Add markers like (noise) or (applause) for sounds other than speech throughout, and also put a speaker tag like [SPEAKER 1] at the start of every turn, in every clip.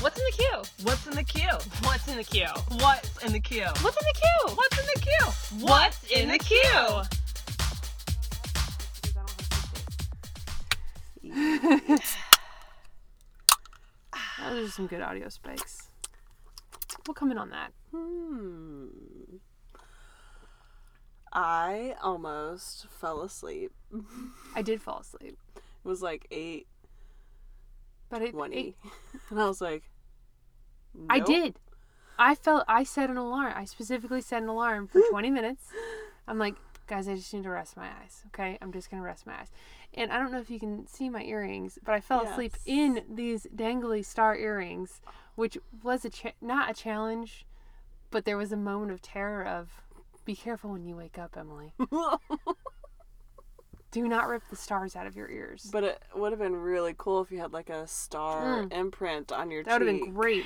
[SPEAKER 1] What's in the queue?
[SPEAKER 2] What's in the queue? What's in the queue? What's in the queue?
[SPEAKER 1] What's in the queue?
[SPEAKER 2] What's in the queue?
[SPEAKER 1] What's in the queue?
[SPEAKER 3] Those are some good audio spikes. We'll come in on that.
[SPEAKER 4] Hmm. I almost fell asleep.
[SPEAKER 3] I did fall asleep,
[SPEAKER 4] It was like eight
[SPEAKER 3] but it,
[SPEAKER 4] twenty,
[SPEAKER 3] it-
[SPEAKER 4] and I was like,
[SPEAKER 3] I
[SPEAKER 4] nope.
[SPEAKER 3] did. I felt. I set an alarm. I specifically set an alarm
[SPEAKER 4] (laughs)
[SPEAKER 3] for 20 minutes. I'm like, guys, I just need to rest my eyes. Okay, I'm just gonna rest my eyes. And I don't know if you can see my earrings, but I fell asleep
[SPEAKER 4] Yes.
[SPEAKER 3] in these dangly star earrings, which was a cha- not a challenge, but there was a moment of terror of, be careful when you wake up,
[SPEAKER 4] (laughs)
[SPEAKER 3] Emily. Do not rip the stars out of your ears.
[SPEAKER 4] But it would have been really cool if you had like a star
[SPEAKER 3] Mm.
[SPEAKER 4] imprint on your
[SPEAKER 3] That would have
[SPEAKER 4] cheek.
[SPEAKER 3] been great.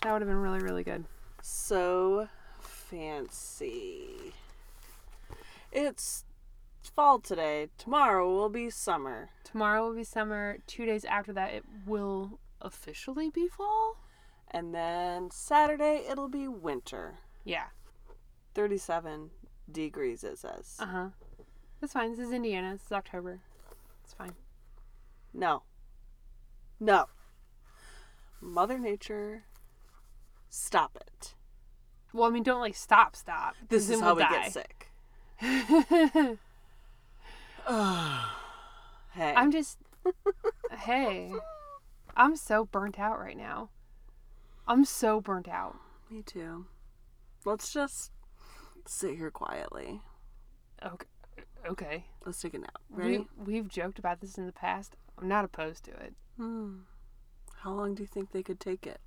[SPEAKER 3] That would have been really, really good.
[SPEAKER 4] So fancy. It's fall today. Tomorrow will be summer.
[SPEAKER 3] Tomorrow will be summer. Two days after that, it will officially be fall.
[SPEAKER 4] And then Saturday it'll be winter.
[SPEAKER 3] Yeah.
[SPEAKER 4] 37 degrees it says.
[SPEAKER 3] Uh huh. That's fine. This is Indiana. This is October. It's fine.
[SPEAKER 4] No. No. Mother Nature stop it.
[SPEAKER 3] Well, I mean, don't like stop, stop. 'cause
[SPEAKER 4] This
[SPEAKER 3] then
[SPEAKER 4] is how we
[SPEAKER 3] we'll die.
[SPEAKER 4] get sick. hey.
[SPEAKER 3] (laughs) I'm just, hey, I'm so burnt out right now. I'm so burnt out.
[SPEAKER 4] Me too. Let's just sit here quietly.
[SPEAKER 3] Okay. Okay.
[SPEAKER 4] Let's take a nap. Ready?
[SPEAKER 3] We, we've joked about this in the past. I'm not opposed to it.
[SPEAKER 4] Hmm. How long do you think they could
[SPEAKER 3] (laughs)
[SPEAKER 4] take it?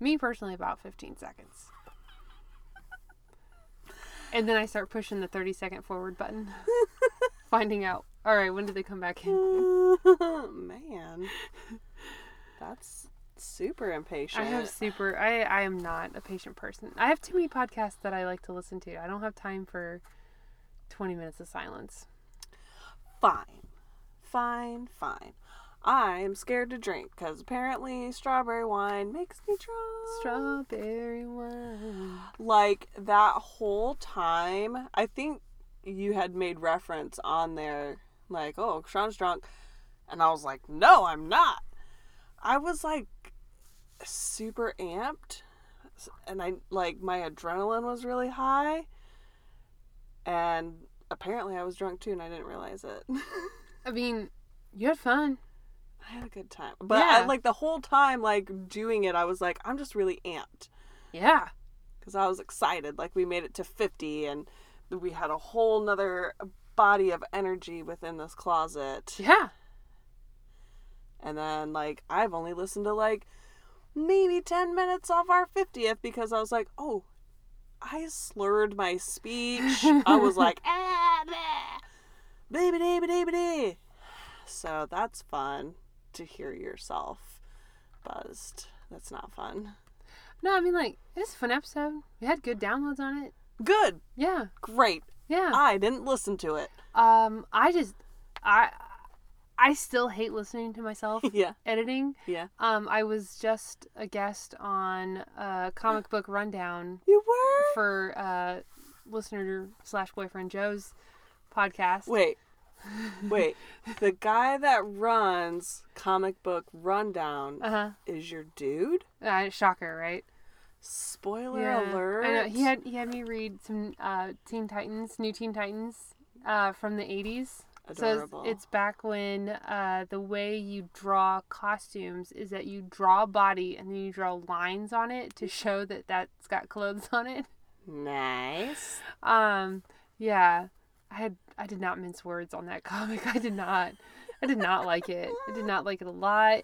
[SPEAKER 3] Me personally, about 15 seconds. And then I start pushing the 30 second forward (laughs) button, finding out, all right, when did they come back in?
[SPEAKER 4] Man. That's super
[SPEAKER 3] I
[SPEAKER 4] impatient.
[SPEAKER 3] have super, I, I am not a patient person. I have too many podcasts that I like to listen to. I don't have time for 20 minutes of silence.
[SPEAKER 4] Fine. Fine, fine. I'm scared to drink because apparently strawberry wine makes me drunk.
[SPEAKER 3] Strawberry wine.
[SPEAKER 4] like that whole time i think you had made reference on there like oh sean's drunk and i was like no i'm not i was like super amped and i like my adrenaline was really high and apparently i was drunk too and i didn't realize it (laughs)
[SPEAKER 3] I mean, you had fun.
[SPEAKER 4] i had a good time but I,
[SPEAKER 3] Yeah.
[SPEAKER 4] like the whole time like doing it i was like i'm just really amped
[SPEAKER 3] Yeah.
[SPEAKER 4] because I was excited. Like we made it to 50 and we had a whole nother body of energy within this closet.
[SPEAKER 3] Yeah.
[SPEAKER 4] And then like I've only listened to like maybe 10 minutes of our 50th because I was like, oh, I slurred my speech. I was like, ah, baby, baby, baby. So that's fun to hear yourself buzzed. That's not fun.
[SPEAKER 3] No, I mean, like, it's a fun episode. We had good downloads on it.
[SPEAKER 4] Good.
[SPEAKER 3] Yeah.
[SPEAKER 4] Great.
[SPEAKER 3] Yeah.
[SPEAKER 4] I didn't listen to it.
[SPEAKER 3] Um, I just, I, I still hate listening to myself
[SPEAKER 4] (laughs) Yeah.
[SPEAKER 3] editing.
[SPEAKER 4] Yeah.
[SPEAKER 3] Um, I was just a guest on a comic book rundown
[SPEAKER 4] You were?
[SPEAKER 3] for uh, listener slash boyfriend Joe's podcast.
[SPEAKER 4] Wait. Wait. the guy that runs comic book rundown
[SPEAKER 3] Uh huh.
[SPEAKER 4] is your dude?
[SPEAKER 3] Uh, shocker, right?
[SPEAKER 4] Spoiler
[SPEAKER 3] Yeah.
[SPEAKER 4] alert.
[SPEAKER 3] I know. He had he had me read some uh, Teen Titans, New Teen Titans, uh, from the '80s.
[SPEAKER 4] adorable.
[SPEAKER 3] So it's, it's back when uh, the way you draw costumes is that you draw a body and then you draw lines on it
[SPEAKER 4] Mm.
[SPEAKER 3] to show that that's got clothes on it.
[SPEAKER 4] nice.
[SPEAKER 3] Um, yeah, I had I did not mince words on that (laughs) comic. I did not. I did not like it. I did not like it a lot.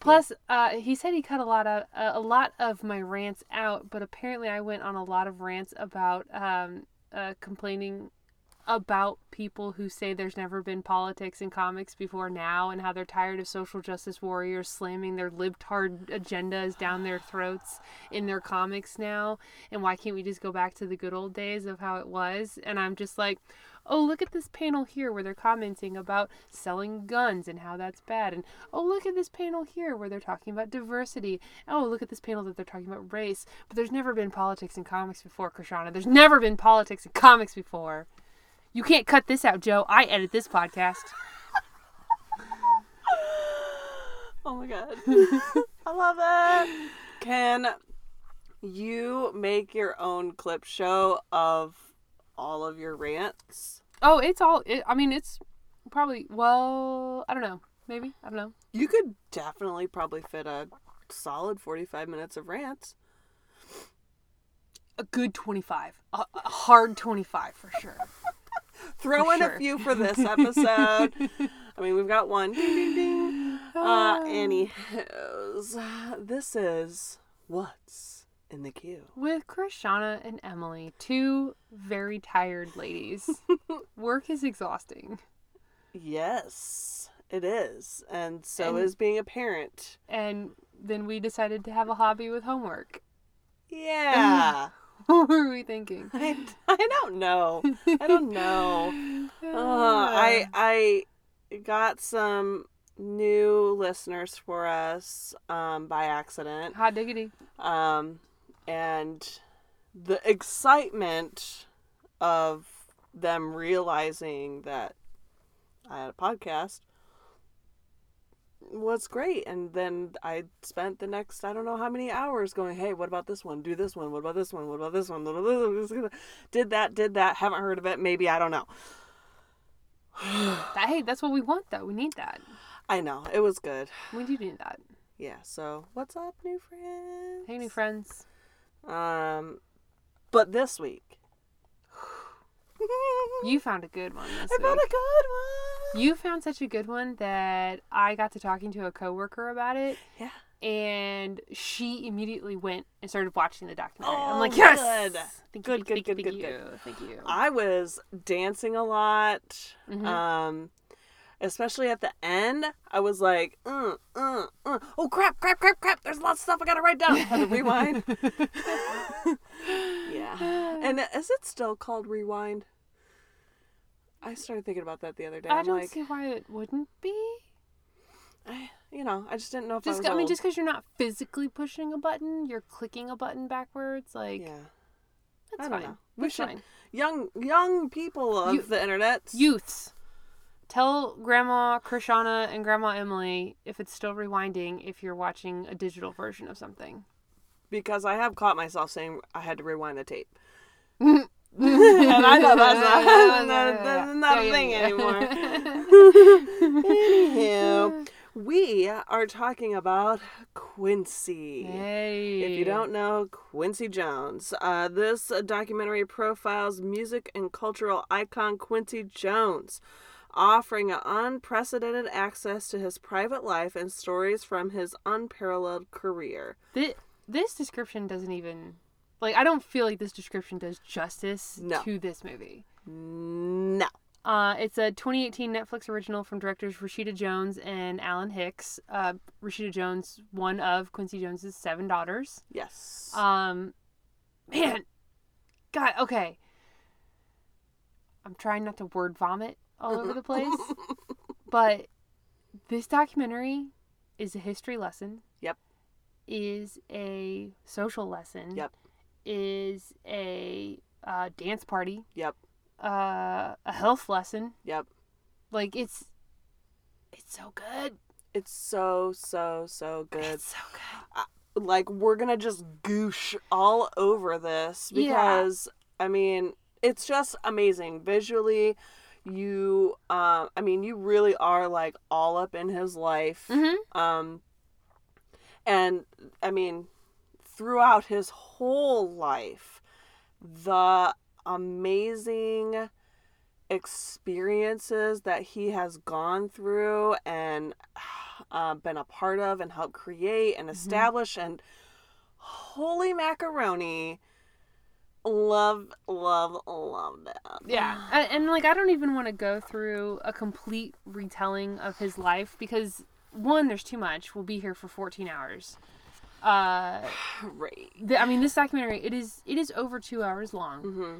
[SPEAKER 3] Plus, uh, he said he cut a lot of uh, a lot of my rants out, but apparently I went on a lot of rants about um, uh, complaining about people who say there's never been politics in comics before now and how they're tired of social justice warriors slamming their libtard agendas down their throats in their comics now and why can't we just go back to the good old days of how it was and i'm just like oh, look at this panel here where they're commenting about selling guns and how that's bad. And oh, look at this panel here where they're talking about diversity. Oh, look at this panel that they're talking about race. But there's never been politics in comics before, Krishana. There's never been politics in comics before. You can't cut this out, Joe. I edit this podcast.
[SPEAKER 4] Oh my god. (laughs) I love it. Can you make your own clip show of all of your rants?
[SPEAKER 3] Oh, it's all. It, I mean, it's probably. Well, I don't know. Maybe I don't know.
[SPEAKER 4] You could definitely probably fit a solid 45 minutes of rants.
[SPEAKER 3] A good twenty-five. A, a hard twenty-five for sure.
[SPEAKER 4] Throw
[SPEAKER 3] For
[SPEAKER 4] in
[SPEAKER 3] sure.
[SPEAKER 4] a few
[SPEAKER 3] (laughs)
[SPEAKER 4] for this episode. I mean, we've got one. Ding, ding,
[SPEAKER 3] (sighs)
[SPEAKER 4] ding. Uh, anyhows, this is What's in the Queue.
[SPEAKER 3] With Krishana and Emily, two very tired
[SPEAKER 4] (laughs)
[SPEAKER 3] ladies. Work is exhausting,
[SPEAKER 4] Yes, it is. And so
[SPEAKER 3] And-
[SPEAKER 4] is being
[SPEAKER 3] (laughs)
[SPEAKER 4] a parent.
[SPEAKER 3] and then we decided to have a hobby with homework. (laughs)
[SPEAKER 4] Yeah.
[SPEAKER 3] what were we thinking?
[SPEAKER 4] I, I don't know. I don't know.
[SPEAKER 3] (laughs)
[SPEAKER 4] Uh, I I got some new listeners for us um, by
[SPEAKER 3] (sighs)
[SPEAKER 4] accident,
[SPEAKER 3] hot diggity.
[SPEAKER 4] um, and the excitement of them realizing that I had a podcast was great and then i spent the next i don't know how many hours going hey what about this one do this one what about this one what about this one did that did that haven't heard of it maybe i don't know
[SPEAKER 3] That, hey, that's what we want though. We need that.
[SPEAKER 4] i know it was good
[SPEAKER 3] We do need that.
[SPEAKER 4] yeah so what's up new friends
[SPEAKER 3] Hey, new friends.
[SPEAKER 4] um but
[SPEAKER 3] (laughs)
[SPEAKER 4] this week
[SPEAKER 3] You found a good one this
[SPEAKER 4] i
[SPEAKER 3] week.
[SPEAKER 4] found a good one
[SPEAKER 3] You found such a good one that I got to talking to a coworker about it,
[SPEAKER 4] yeah
[SPEAKER 3] and she immediately went and started watching the documentary. I'm
[SPEAKER 4] Oh,
[SPEAKER 3] like, yes,
[SPEAKER 4] good.
[SPEAKER 3] Thank
[SPEAKER 4] Good,
[SPEAKER 3] you,
[SPEAKER 4] good,
[SPEAKER 3] thank you, thank
[SPEAKER 4] good, good,
[SPEAKER 3] you, thank you.
[SPEAKER 4] i was dancing a lot
[SPEAKER 3] Mhm.
[SPEAKER 4] um especially at the end i was like mm, mm, mm. oh crap crap crap crap there's lots of stuff i gotta write down had to
[SPEAKER 3] (laughs)
[SPEAKER 4] rewind yeah and is it still called rewind i started thinking about that the other day
[SPEAKER 3] I
[SPEAKER 4] am
[SPEAKER 3] don't
[SPEAKER 4] like
[SPEAKER 3] see why it wouldn't be.
[SPEAKER 4] I, you know i just didn't know if
[SPEAKER 3] Just,
[SPEAKER 4] i was
[SPEAKER 3] I mean,
[SPEAKER 4] old.
[SPEAKER 3] just because you're not physically pushing a button, you're clicking a button backwards. Like,
[SPEAKER 4] yeah
[SPEAKER 3] that's
[SPEAKER 4] I don't
[SPEAKER 3] fine.
[SPEAKER 4] know. We
[SPEAKER 3] That's
[SPEAKER 4] should-
[SPEAKER 3] fine.
[SPEAKER 4] young young people of
[SPEAKER 3] You-
[SPEAKER 4] the internet
[SPEAKER 3] Youths, tell Grandma Krishana and Grandma Emily if it's still rewinding if you're watching a digital version of something.
[SPEAKER 4] because i have caught myself saying i had to rewind the
[SPEAKER 3] (laughs)
[SPEAKER 4] tape and i know that's not, (laughs) that- that's not a thing
[SPEAKER 3] (laughs)
[SPEAKER 4] anymore Anywho, we are talking about Quincy.
[SPEAKER 3] Hey.
[SPEAKER 4] If you don't know, Quincy Jones. Uh, this documentary profiles music and cultural icon Quincy Jones, offering unprecedented access to his private life and stories from his unparalleled career.
[SPEAKER 3] This, this description doesn't even. Like, I don't feel like this description does justice
[SPEAKER 4] No.
[SPEAKER 3] to this movie.
[SPEAKER 4] No.
[SPEAKER 3] Uh, it's a 2018 Netflix original from directors Rashida Jones and Alan Hicks. Uh, Rashida Jones, one of Quincy Jones's seven daughters.
[SPEAKER 4] Yes.
[SPEAKER 3] Um, man, God, okay. I'm trying not to word vomit all over the place, but this documentary is a history lesson.
[SPEAKER 4] Yep.
[SPEAKER 3] Is a social lesson.
[SPEAKER 4] Yep.
[SPEAKER 3] Is a uh, dance party.
[SPEAKER 4] (laughs) yep.
[SPEAKER 3] Uh, a health lesson.
[SPEAKER 4] Yep.
[SPEAKER 3] Like it's, it's so good.
[SPEAKER 4] It's so, so, so good.
[SPEAKER 3] It's so good.
[SPEAKER 4] like we're gonna just goosh all over this
[SPEAKER 3] Yeah.
[SPEAKER 4] because I mean it's just amazing visually. You, um, I mean, you really are like all up in his life.
[SPEAKER 3] Mm-hmm.
[SPEAKER 4] Um, and I mean, throughout his whole life, the amazing experiences that he has gone through and uh, been a part of and helped create and establish and holy macaroni love love love that
[SPEAKER 3] Yeah, and, and like I don't even want to go through a complete retelling of his life because one, there's too much. We'll be here for 14 hours. Uh,
[SPEAKER 4] great
[SPEAKER 3] the, I mean, this documentary it is it is over two hours long.
[SPEAKER 4] mm-hmm.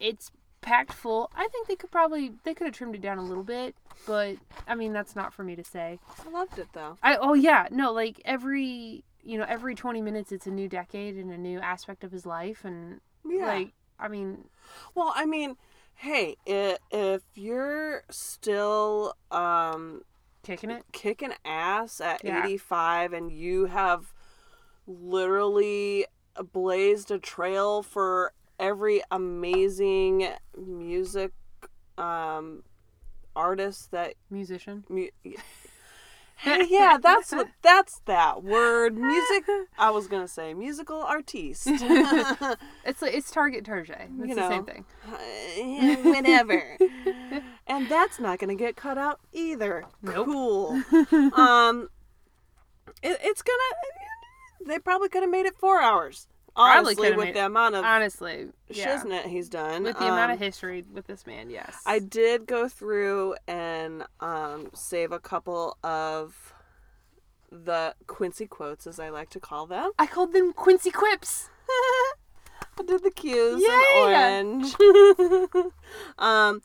[SPEAKER 3] It's packed full. I think they could probably they could have trimmed it down a little bit, but I mean that's not for me to say.
[SPEAKER 4] I loved it though.
[SPEAKER 3] I oh yeah, no, like every you know, every 20 minutes it's a new decade and a new aspect of his life and
[SPEAKER 4] Yeah.
[SPEAKER 3] like I mean,
[SPEAKER 4] Well, I mean, hey, i if you're still um,
[SPEAKER 3] kicking it.
[SPEAKER 4] kicking ass at
[SPEAKER 3] Yeah.
[SPEAKER 4] 85 and you have literally blazed a trail for every amazing music um, artist that
[SPEAKER 3] Musician.
[SPEAKER 4] mu- (laughs) Hey, yeah, that's what that's that word. Music. I was gonna say musical artiste.
[SPEAKER 3] It's like it's Target Target. It's
[SPEAKER 4] You
[SPEAKER 3] the
[SPEAKER 4] know.
[SPEAKER 3] same thing.
[SPEAKER 4] (laughs) whenever. and that's not going to get cut out either.
[SPEAKER 3] Nope. (laughs)
[SPEAKER 4] Cool. um, it, it's going to. They probably could have made it four hours.
[SPEAKER 3] Probably
[SPEAKER 4] Honestly,
[SPEAKER 3] coulda
[SPEAKER 4] with
[SPEAKER 3] made
[SPEAKER 4] the
[SPEAKER 3] it-
[SPEAKER 4] amount of
[SPEAKER 3] Honestly, yeah.
[SPEAKER 4] shiznit he's done.
[SPEAKER 3] With the amount of
[SPEAKER 4] Um,
[SPEAKER 3] history with this man, yes.
[SPEAKER 4] I did go through and um, save a couple of the Quincy quotes, as I like to call them.
[SPEAKER 3] I called them Quincy Quips.
[SPEAKER 4] I did the cues
[SPEAKER 3] Yeah.
[SPEAKER 4] in orange.
[SPEAKER 3] (laughs)
[SPEAKER 4] um,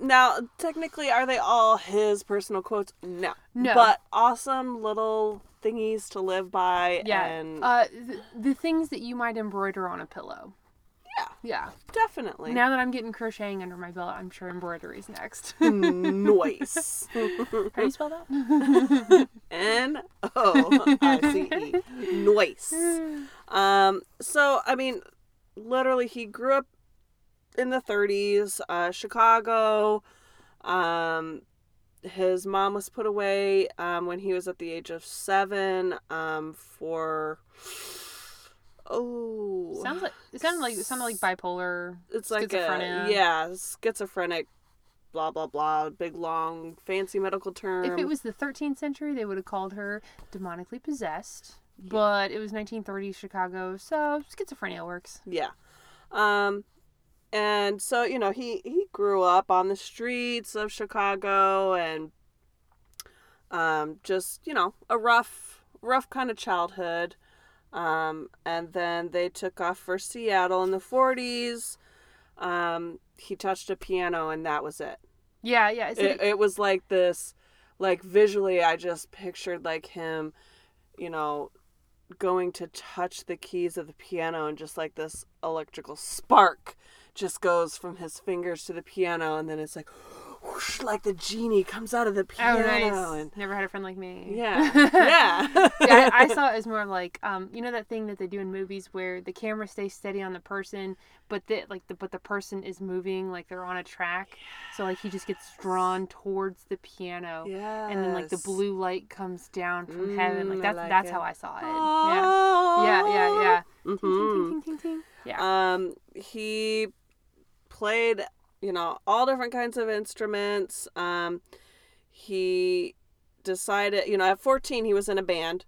[SPEAKER 4] now technically, are they all his personal quotes? No.
[SPEAKER 3] No.
[SPEAKER 4] But awesome little thingies to live by.
[SPEAKER 3] Yeah.
[SPEAKER 4] And
[SPEAKER 3] Uh, th- the things that you might embroider on a pillow.
[SPEAKER 4] Yeah.
[SPEAKER 3] Yeah.
[SPEAKER 4] definitely (laughs)
[SPEAKER 3] Now that I'm getting crocheting under my belt, I'm sure embroidery's (laughs) next.
[SPEAKER 4] (laughs) noise.
[SPEAKER 3] How do you spell that?
[SPEAKER 4] N O I C
[SPEAKER 3] (laughs) (sighs)
[SPEAKER 4] E. Noise. Um, so I mean, literally, he grew up in the 30s, uh, Chicago. Um, his mom was put away um, when he was at the age of seven um, for oh,
[SPEAKER 3] Sounds like it sounded like it sounded like bipolar.
[SPEAKER 4] it's like a
[SPEAKER 3] schizophrenia.
[SPEAKER 4] yeah, schizophrenic, blah blah blah, big long fancy medical term.
[SPEAKER 3] If it was the 13th century, they would have called her demonically possessed. But it was 1930s Chicago, so schizophrenia works.
[SPEAKER 4] Yeah. Um and so, you know, he he grew up on the streets of Chicago and um just, you know, a rough rough kind of childhood. Um and then they took off for Seattle in the 40s. Um he touched a piano and that was it.
[SPEAKER 3] Yeah, yeah. Is
[SPEAKER 4] It,
[SPEAKER 3] it,
[SPEAKER 4] it was like this like visually I just pictured like him, you know, going to touch the keys of the piano and just like this electrical spark just goes from his fingers to the piano and then it's like whoosh like the genie comes out of the
[SPEAKER 3] oh,
[SPEAKER 4] piano
[SPEAKER 3] nice.
[SPEAKER 4] and
[SPEAKER 3] Never had a friend like me. (laughs)
[SPEAKER 4] yeah. Yeah.
[SPEAKER 3] yeah, I,
[SPEAKER 4] (laughs)
[SPEAKER 3] I saw it as more like um, you know that thing that they do in movies where the camera stays steady on the person, but the like the but the person is moving like they're on a track, so like he just gets drawn towards the piano,
[SPEAKER 4] yeah.
[SPEAKER 3] and then like the blue light comes down from heaven.
[SPEAKER 4] Mm, I
[SPEAKER 3] Like that's
[SPEAKER 4] like
[SPEAKER 3] that's
[SPEAKER 4] it.
[SPEAKER 3] how I saw it. Yeah,
[SPEAKER 4] Oh.
[SPEAKER 3] yeah, yeah, yeah. Ting, ting,
[SPEAKER 4] Mhm.
[SPEAKER 3] ting, ting, ting, ting. Yeah.
[SPEAKER 4] Um, he played, you know, all different kinds of instruments. Um, he decided, you know, at 14 he was in a band.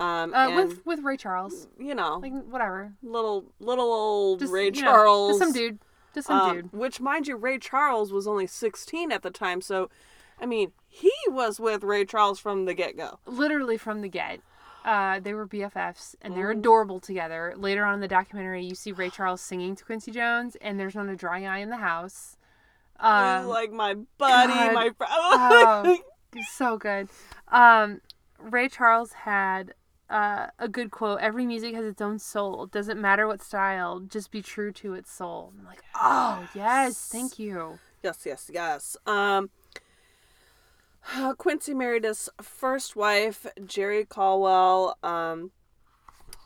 [SPEAKER 4] Um,
[SPEAKER 3] Uh,
[SPEAKER 4] and,
[SPEAKER 3] with with Ray Charles,
[SPEAKER 4] you know,
[SPEAKER 3] like whatever.
[SPEAKER 4] little little old
[SPEAKER 3] Just,
[SPEAKER 4] Ray
[SPEAKER 3] you know, just
[SPEAKER 4] Charles,
[SPEAKER 3] some dude, just some
[SPEAKER 4] um,
[SPEAKER 3] dude.
[SPEAKER 4] which mind you, Ray Charles was only 16 at the time, so I mean, he was with Ray Charles from the get go.
[SPEAKER 3] literally from the get. Uh, they were BFFs and
[SPEAKER 4] Mm-hmm.
[SPEAKER 3] they're adorable together. Later on in the documentary, you see Ray Charles singing to Quincy Jones, and there's not a dry eye in the house. Um,
[SPEAKER 4] like my buddy,
[SPEAKER 3] God.
[SPEAKER 4] my (laughs) friend.
[SPEAKER 3] oh, so good. Um, Ray Charles had uh, a good quote Every music has its own soul. It doesn't matter what style, just be true to its soul. I'm like, oh, yes, thank you.
[SPEAKER 4] Yes, yes, yes. Um, uh, Quincy married his first wife, Jerry Caldwell, um,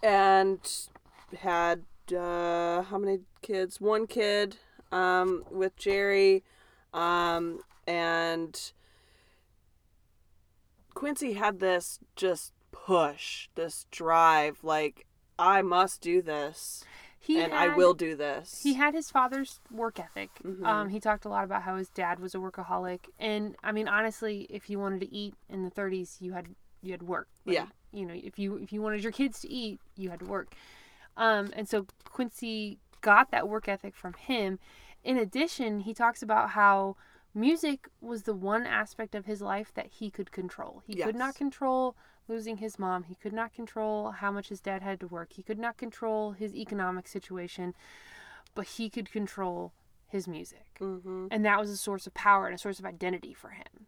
[SPEAKER 4] and had uh, how many kids? One kid um, with Jerry, um, and Quincy had this just push, this drive, like I must do this,
[SPEAKER 3] He
[SPEAKER 4] and I
[SPEAKER 3] had-
[SPEAKER 4] will do this.
[SPEAKER 3] He had his father's work ethic. Um, he talked a lot about how his dad was a workaholic, and I mean, honestly, if you wanted to eat in the 30s, you had you had work.
[SPEAKER 4] Yeah.
[SPEAKER 3] You know, if you if you wanted your kids to eat, you had to work. Um, and so Quincy got that work ethic from him. In addition, he talks about how music was the one aspect of his life that he could control. He could not
[SPEAKER 4] Yes.
[SPEAKER 3] control losing his mom. He could not control how much his dad had to work. He could not control his economic situation, but he could control his music.
[SPEAKER 4] Mm-hmm.
[SPEAKER 3] And that was a source of power and a source of identity for him.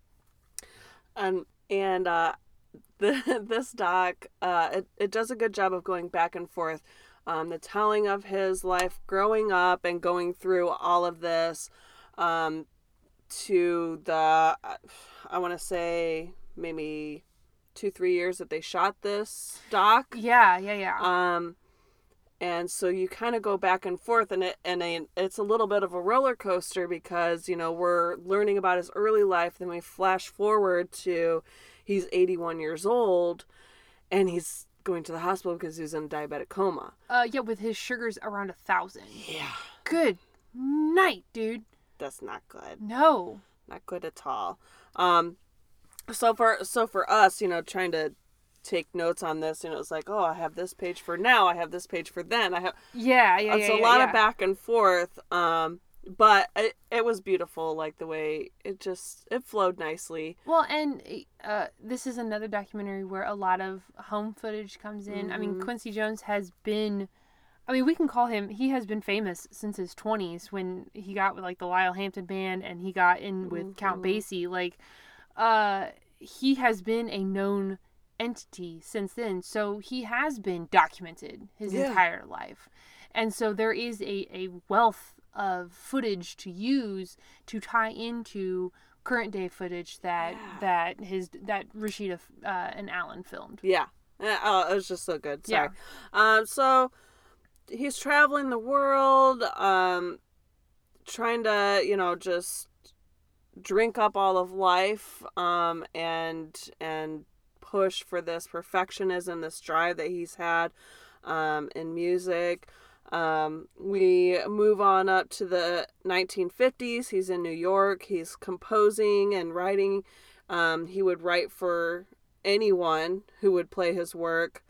[SPEAKER 4] And and uh, (laughs) the, this doc uh, it, it does a good job of going back and forth, um, the telling of his life growing up and going through all of this, um, to the uh, I want to say maybe two three years that they shot this doc.
[SPEAKER 3] Yeah, yeah, yeah.
[SPEAKER 4] Um, and so you kind of go back and forth, and it and a, it's a little bit of a roller coaster because you know we're learning about his early life, then we flash forward to he's 81 years old, and he's going to the hospital because he's in a diabetic coma.
[SPEAKER 3] Uh, yeah, with his sugars around a thousand.
[SPEAKER 4] Yeah,
[SPEAKER 3] Good night, dude.
[SPEAKER 4] that's not good,
[SPEAKER 3] No.
[SPEAKER 4] not good at all. Um, so for so for us, you know, trying to take notes on this, you know, it's like, oh, I have this page for now, I have this page for then, I have.
[SPEAKER 3] Yeah, yeah, yeah.
[SPEAKER 4] it's a
[SPEAKER 3] yeah,
[SPEAKER 4] lot
[SPEAKER 3] yeah.
[SPEAKER 4] of back and forth um but it, it was beautiful like the way it just it flowed nicely
[SPEAKER 3] Well, and uh, this is another documentary where a lot of home footage comes in. I
[SPEAKER 4] Mm-hmm.
[SPEAKER 3] mean, Quincy Jones has been, I mean, we can call him, he has been famous since his 20s when he got with like the Lyle Hampton band and he got in with Count
[SPEAKER 4] Mm-hmm.
[SPEAKER 3] Basie. Like, uh, he has been a known entity since then. So he has been documented his
[SPEAKER 4] Yeah.
[SPEAKER 3] entire life. And so there is a, a wealth of footage to use to tie into current day footage that
[SPEAKER 4] Yeah.
[SPEAKER 3] that his that Rashida uh, and Alan filmed.
[SPEAKER 4] yeah Uh, oh it was just so good sorry um so he's traveling the world um trying to you know just drink up all of life um and and push for this perfectionism this drive that he's had um in music Um, we move on up to the 1950s. He's in New York. He's composing and writing. Um, he would write for anyone who would play his work.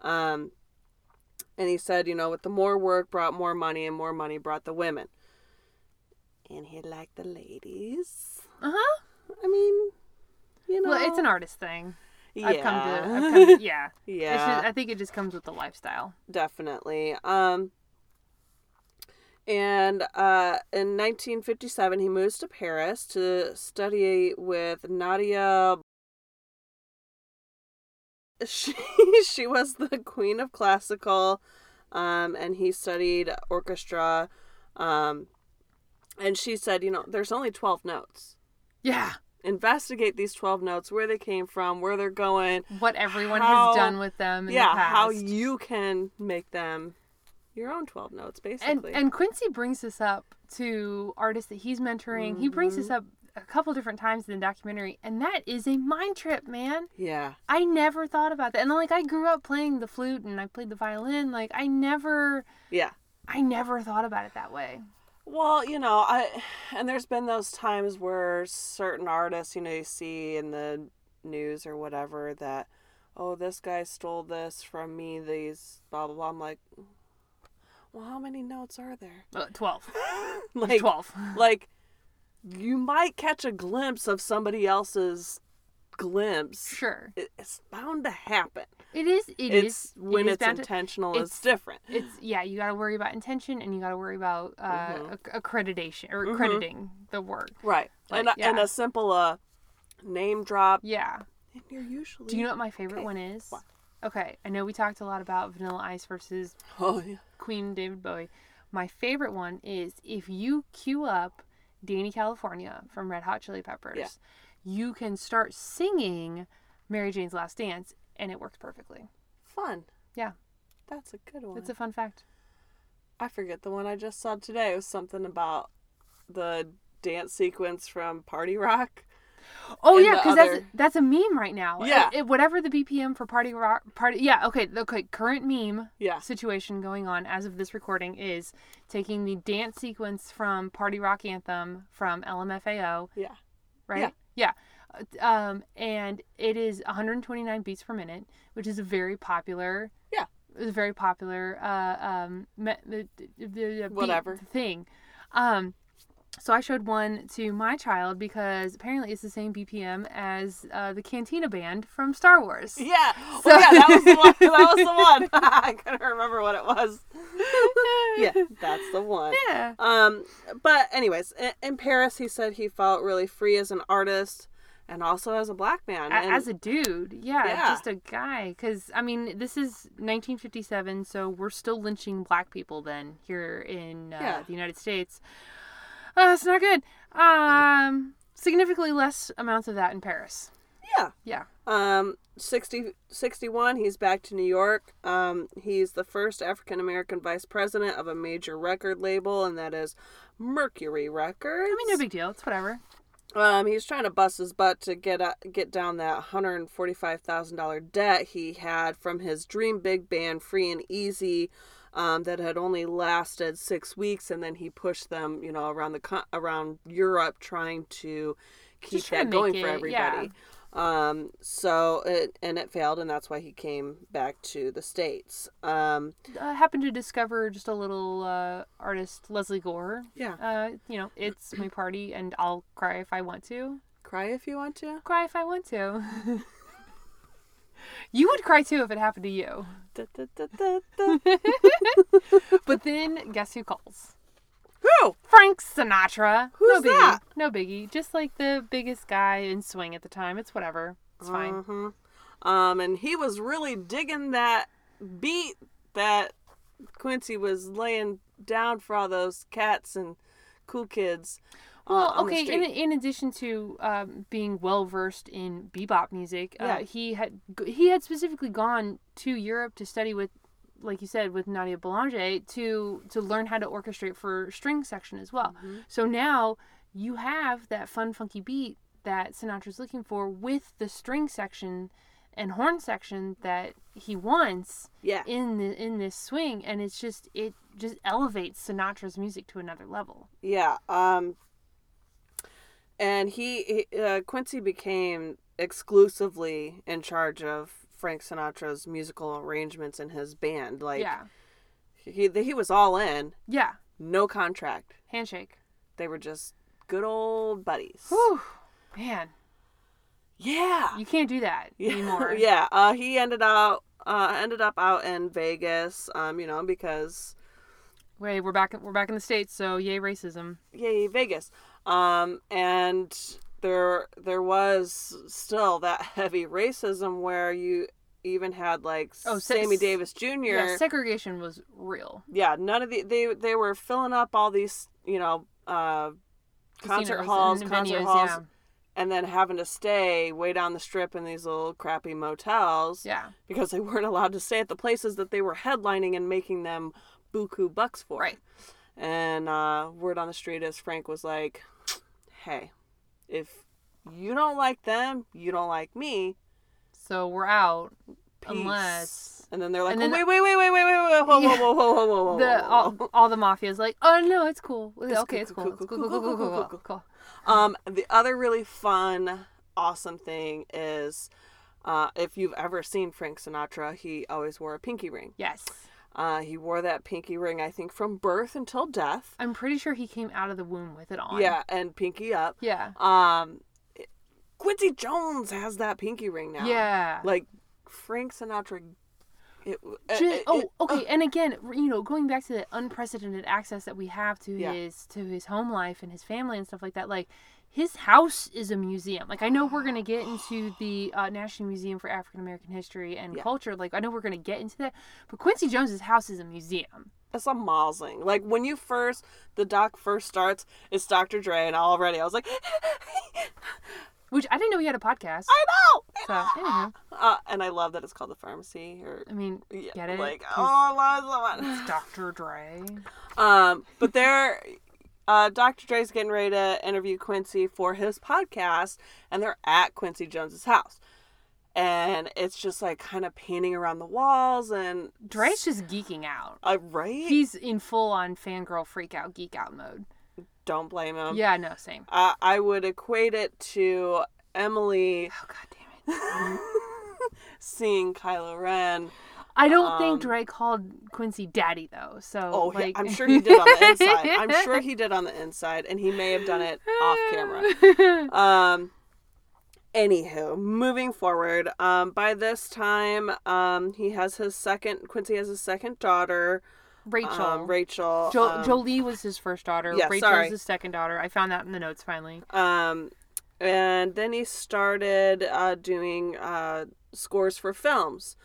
[SPEAKER 4] Um, and he said, you know, with the more work brought more money, and more money brought the women. And he liked the ladies.
[SPEAKER 3] Uh
[SPEAKER 4] Uh-huh.
[SPEAKER 3] huh.
[SPEAKER 4] I mean, you know,
[SPEAKER 3] Well, it's an artist thing.
[SPEAKER 4] yeah,
[SPEAKER 3] I've come to. I've come
[SPEAKER 4] (laughs)
[SPEAKER 3] to yeah.
[SPEAKER 4] yeah.
[SPEAKER 3] It's just, I think it just comes with the lifestyle.
[SPEAKER 4] definitely. Um, and uh, in 1957, he moves to Paris to study with Nadia. (laughs) She she was the queen of classical, um, and he studied orchestra, um, and she said, you know, there's only twelve notes.
[SPEAKER 3] Yeah.
[SPEAKER 4] Investigate these twelve notes, where they came from, where they're going,
[SPEAKER 3] What everyone
[SPEAKER 4] How-
[SPEAKER 3] has done with them. In
[SPEAKER 4] yeah
[SPEAKER 3] The past.
[SPEAKER 4] how you can make them your own 12 notes
[SPEAKER 3] and
[SPEAKER 4] basically
[SPEAKER 3] and Quincy brings this up to artists that he's mentoring. He brings
[SPEAKER 4] Mm-hmm.
[SPEAKER 3] this up a couple different times in the documentary, and that is a mind trip, man.
[SPEAKER 4] yeah
[SPEAKER 3] I never thought about that. And like I grew up playing the flute and I played the violin. Like I never
[SPEAKER 4] yeah
[SPEAKER 3] I never thought about it that way.
[SPEAKER 4] well you know i and there's been those times where certain artists you know you see in the news or whatever that oh this guy stole this from me these blah blah blah i'm like well how many notes are there (laughs)
[SPEAKER 3] Uh, 12.
[SPEAKER 4] like
[SPEAKER 3] 12.
[SPEAKER 4] (laughs) like you might catch a glimpse of somebody else's glimpse
[SPEAKER 3] (laughs) Sure.
[SPEAKER 4] It- it's bound to happen
[SPEAKER 3] It is it is-
[SPEAKER 4] it's
[SPEAKER 3] it
[SPEAKER 4] when
[SPEAKER 3] is
[SPEAKER 4] it's
[SPEAKER 3] bound to-
[SPEAKER 4] intentional
[SPEAKER 3] it's-
[SPEAKER 4] it's different
[SPEAKER 3] it's yeah, you got to worry about intention and you got to worry about uh,
[SPEAKER 4] Mm-hmm.
[SPEAKER 3] acc- accreditation or accrediting the work.
[SPEAKER 4] right and, a,
[SPEAKER 3] Like,
[SPEAKER 4] and
[SPEAKER 3] yeah.
[SPEAKER 4] a simple uh name drop
[SPEAKER 3] Yeah.
[SPEAKER 4] and you're usually
[SPEAKER 3] Do you know what my favorite one is? Okay, I know we talked a lot about Vanilla Ice versus
[SPEAKER 4] (laughs) oh yeah
[SPEAKER 3] Queen David Bowie. My favorite one is if you queue up Danny California from Red Hot Chili Peppers,
[SPEAKER 4] Yeah.
[SPEAKER 3] you can start singing Mary Jane's Last Dance and it works perfectly.
[SPEAKER 4] fun
[SPEAKER 3] Yeah.
[SPEAKER 4] that's a good one
[SPEAKER 3] It's a fun fact.
[SPEAKER 4] i forget the one i just saw today it was something about the dance sequence from party rock
[SPEAKER 3] Oh
[SPEAKER 4] And
[SPEAKER 3] yeah,
[SPEAKER 4] the
[SPEAKER 3] because that's
[SPEAKER 4] other-
[SPEAKER 3] that's a meme right now.
[SPEAKER 4] Yeah.
[SPEAKER 3] It- it- whatever the BPM for Party Rock Party Yeah, okay, the okay, current meme
[SPEAKER 4] Yeah.
[SPEAKER 3] situation going on as of this recording is taking the dance sequence from Party Rock Anthem from LMFAO (laughs)
[SPEAKER 4] yeah
[SPEAKER 3] right? Yeah. Um, and it is 129 beats per minute, which is a very popular.
[SPEAKER 4] Yeah.
[SPEAKER 3] It was a very popular. Uh, um, me- the, the, the beat
[SPEAKER 4] Whatever.
[SPEAKER 3] thing. Um, So I showed one to my child because apparently it's the same BPM as uh, the Cantina Band from Star Wars.
[SPEAKER 4] Yeah. Well, yeah, that was the one. That was the
[SPEAKER 3] (laughs)
[SPEAKER 4] one. (laughs) I couldn't remember what it was. (laughs) Yeah, that's the one.
[SPEAKER 3] (laughs) Yeah.
[SPEAKER 4] Um, but anyways, in, in Paris, he said he felt really free as an artist and also as a black man.
[SPEAKER 3] A-
[SPEAKER 4] and,
[SPEAKER 3] as a dude, yeah,
[SPEAKER 4] Yeah.
[SPEAKER 3] just a guy. Because I mean, this is 1957, so we're still lynching black people then here in uh,
[SPEAKER 4] Yeah.
[SPEAKER 3] the United States. Uh, it's not good. Um, significantly less amounts of that in Paris.
[SPEAKER 4] yeah.
[SPEAKER 3] Yeah.
[SPEAKER 4] Um, 60, 61, he's back to New York. Um, he's the first African American vice president of a major record label, and that is Mercury Records.
[SPEAKER 3] I mean, no big deal. It's whatever.
[SPEAKER 4] Um, he's trying to bust his butt to get uh, get down that hundred and forty five thousand dollar debt he had from his dream big band Free and Easy, um, that had only lasted six weeks, and then he pushed them, you know, around the co- around Europe trying to keep
[SPEAKER 3] Just trying
[SPEAKER 4] that
[SPEAKER 3] to make
[SPEAKER 4] going for
[SPEAKER 3] it, yeah.
[SPEAKER 4] everybody. Um, so it and it failed, and that's why he came back to the states. Um,
[SPEAKER 3] Uh, happened to discover just a little uh, artist, Leslie Gore.
[SPEAKER 4] yeah,
[SPEAKER 3] Uh, you know, it's my party, and I'll cry if I want to.
[SPEAKER 4] cry if you want
[SPEAKER 3] (laughs)
[SPEAKER 4] to.
[SPEAKER 3] Cry if I want to. (laughs) you would cry too if it happened to you.
[SPEAKER 4] Da, da, da, da, da.
[SPEAKER 3] But then, guess who calls?
[SPEAKER 4] Whew.
[SPEAKER 3] Frank Sinatra. no
[SPEAKER 4] Who's
[SPEAKER 3] biggie.
[SPEAKER 4] that?
[SPEAKER 3] No biggie. Just like the biggest guy in swing at the time. It's whatever. It's fine.
[SPEAKER 4] Um, and he was really digging that beat that Quincy was laying down for all those cats and cool kids. uh,
[SPEAKER 3] Well,
[SPEAKER 4] on the
[SPEAKER 3] okay. In,
[SPEAKER 4] street.
[SPEAKER 3] in addition to um, being well versed in bebop music, uh,
[SPEAKER 4] Yeah.
[SPEAKER 3] he had g- he had specifically gone to Europe to study with, like you said, with Nadia Boulanger to to learn how to orchestrate for string section as well.
[SPEAKER 4] Mm-hmm.
[SPEAKER 3] So now you have that fun, funky beat that Sinatra's looking for with the string section and horn section that he wants
[SPEAKER 4] yeah,
[SPEAKER 3] in the, in this swing, and it's just it just elevates Sinatra's music to another level.
[SPEAKER 4] yeah. Um, and he, he uh, Quincy became exclusively in charge of Frank Sinatra's musical arrangements in his band. Like
[SPEAKER 3] yeah,
[SPEAKER 4] he, he was all in,
[SPEAKER 3] yeah,
[SPEAKER 4] no contract.
[SPEAKER 3] handshake.
[SPEAKER 4] They were just good old buddies.
[SPEAKER 3] Whew, man,
[SPEAKER 4] Yeah.
[SPEAKER 3] you can't do that
[SPEAKER 4] (laughs) Yeah,
[SPEAKER 3] anymore.
[SPEAKER 4] yeah. Uh, he ended out uh, ended up out in Vegas. Um, you know because
[SPEAKER 3] Wait, we're back. We're back in the states, so yay racism.
[SPEAKER 4] yay Vegas. Um, and there there was still that (laughs) heavy racism where you even had like
[SPEAKER 3] Oh, se-
[SPEAKER 4] Sammy Davis Jr.
[SPEAKER 3] Yeah, segregation was real.
[SPEAKER 4] yeah, none of the they they were filling up all these you know uh, concert
[SPEAKER 3] Casinos
[SPEAKER 4] halls,
[SPEAKER 3] and
[SPEAKER 4] concert
[SPEAKER 3] venues,
[SPEAKER 4] halls, and then having to stay way down the strip in these little crappy motels.
[SPEAKER 3] Yeah,
[SPEAKER 4] because they weren't allowed to stay at the places that they were headlining and making them buku bucks for.
[SPEAKER 3] Right.
[SPEAKER 4] And uh, word on the street is Frank was like, "Hey, if you don't like them, you don't like me."
[SPEAKER 3] so we're out
[SPEAKER 4] Peace.
[SPEAKER 3] unless.
[SPEAKER 4] And then they're like, "Oh,
[SPEAKER 3] and then-
[SPEAKER 4] "Wait, wait, wait, wait, wait, wait, wait, whoa,
[SPEAKER 3] Yeah.
[SPEAKER 4] whoa, whoa, whoa, whoa, whoa, whoa,
[SPEAKER 3] The uh,
[SPEAKER 4] whoa,
[SPEAKER 3] all,
[SPEAKER 4] whoa."
[SPEAKER 3] all the mafia is like, oh no, it's cool. okay,
[SPEAKER 4] cool,
[SPEAKER 3] it's cool.
[SPEAKER 4] cool,
[SPEAKER 3] It's
[SPEAKER 4] cool,
[SPEAKER 3] cool, cool,
[SPEAKER 4] cool,
[SPEAKER 3] cool,
[SPEAKER 4] cool,
[SPEAKER 3] cool,
[SPEAKER 4] cool,
[SPEAKER 3] cool,
[SPEAKER 4] cool,
[SPEAKER 3] cool, cool.
[SPEAKER 4] Um, the other really fun, awesome thing is, uh, if you've ever seen Frank Sinatra, he always wore a pinky ring.
[SPEAKER 3] Yes,
[SPEAKER 4] Uh, he wore that pinky ring, I think, from birth until death.
[SPEAKER 3] I'm pretty sure he came out of the womb with it on.
[SPEAKER 4] Yeah, and pinky up.
[SPEAKER 3] yeah,
[SPEAKER 4] Um, Quincy Jones has that pinky ring now.
[SPEAKER 3] yeah.
[SPEAKER 4] Like Frank Sinatra. It,
[SPEAKER 3] Ju-
[SPEAKER 4] it-
[SPEAKER 3] oh,
[SPEAKER 4] Uh, it-
[SPEAKER 3] okay. And again, r- you know, going back to the unprecedented access that we have to
[SPEAKER 4] Yeah.
[SPEAKER 3] his to his home life and his family and stuff like that. Like, his house is a museum. Like, I know we're gonna get into the uh, National Museum for African American History and
[SPEAKER 4] Yeah.
[SPEAKER 3] Culture. Like, I know we're gonna get into that. But Quincy Jones's house is a museum.
[SPEAKER 4] it's a mausing. Like when you first, the doc first starts, it's Dr. Dre, and already I was like, (laughs)
[SPEAKER 3] Which I didn't know he had a podcast.
[SPEAKER 4] I know.
[SPEAKER 3] So, anywho,
[SPEAKER 4] Uh, and I love that it's called the pharmacy. Or
[SPEAKER 3] I mean,
[SPEAKER 4] yeah,
[SPEAKER 3] get it?
[SPEAKER 4] like
[SPEAKER 3] 'Cause
[SPEAKER 4] oh, I love that one.
[SPEAKER 3] it's Dr. Dre.
[SPEAKER 4] Um, but they're uh, Dr. Dre's getting ready to interview Quincy for his podcast, and they're at Quincy Jones's house, and it's just like kind of painting around the walls and
[SPEAKER 3] Dre's just geeking out.
[SPEAKER 4] uh, right.
[SPEAKER 3] He's in full on fangirl freak out, geek out mode.
[SPEAKER 4] Don't blame him.
[SPEAKER 3] Yeah, no, same.
[SPEAKER 4] Uh, I would equate it to Emily
[SPEAKER 3] Oh, god damn it.
[SPEAKER 4] seeing Kylo Ren
[SPEAKER 3] I don't think
[SPEAKER 4] Um,
[SPEAKER 3] Dre called Quincy daddy though. So
[SPEAKER 4] Oh, he-
[SPEAKER 3] like...
[SPEAKER 4] I'm sure he did on the
[SPEAKER 3] (laughs)
[SPEAKER 4] inside. I'm sure he did on the inside, and he may have done it off camera. Um, anywho, moving forward. Um, by this time, um, he has his second. Quincy has his second daughter,
[SPEAKER 3] Rachel.
[SPEAKER 4] um, Rachel.
[SPEAKER 3] Jo-
[SPEAKER 4] um,
[SPEAKER 3] Jolie was his first daughter.
[SPEAKER 4] yeah,
[SPEAKER 3] Rachel
[SPEAKER 4] sorry.
[SPEAKER 3] was his second daughter. I found that in the notes finally.
[SPEAKER 4] Um, and then he started uh, doing uh, scores for films.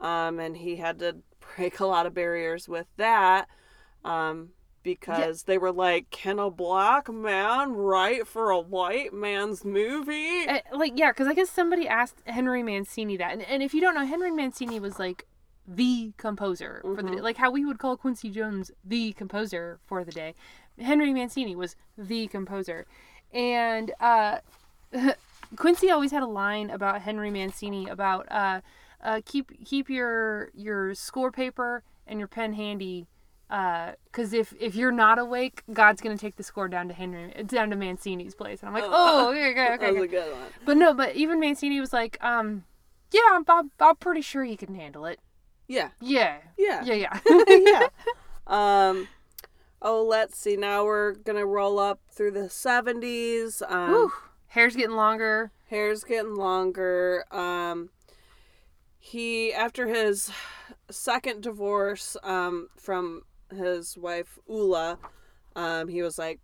[SPEAKER 4] Um, and he had to break a lot of barriers with that um, because they were like, can a black man write for a white man's movie?
[SPEAKER 3] Uh, like yeah, because I guess somebody asked Henry Mancini that, and, and if you don't know, Henry Mancini was like the composer for the day. like how we would call Quincy Jones the composer for the day. Henry Mancini was the composer, and uh, (laughs) Quincy always had a line about Henry Mancini about uh, uh, keep keep your your score paper and your pen handy. Because if, if you're not awake, God's gonna take the score down to Henry, down to Mancini's place. And I'm like, (laughs) oh, okay, okay, okay.
[SPEAKER 4] that was
[SPEAKER 3] okay."
[SPEAKER 4] a good one.
[SPEAKER 3] But no, but even Mancini was like, um, yeah, I'm, I'm, I'm pretty sure he can handle it.
[SPEAKER 4] Yeah.
[SPEAKER 3] Yeah.
[SPEAKER 4] Yeah.
[SPEAKER 3] Yeah, yeah.
[SPEAKER 4] (laughs) yeah. Um, oh, let's see. Now we're going to roll up through the 70s. Um,
[SPEAKER 3] Whew. Hair's getting longer.
[SPEAKER 4] hair's getting longer um he after his second divorce um from his wife ula um he was like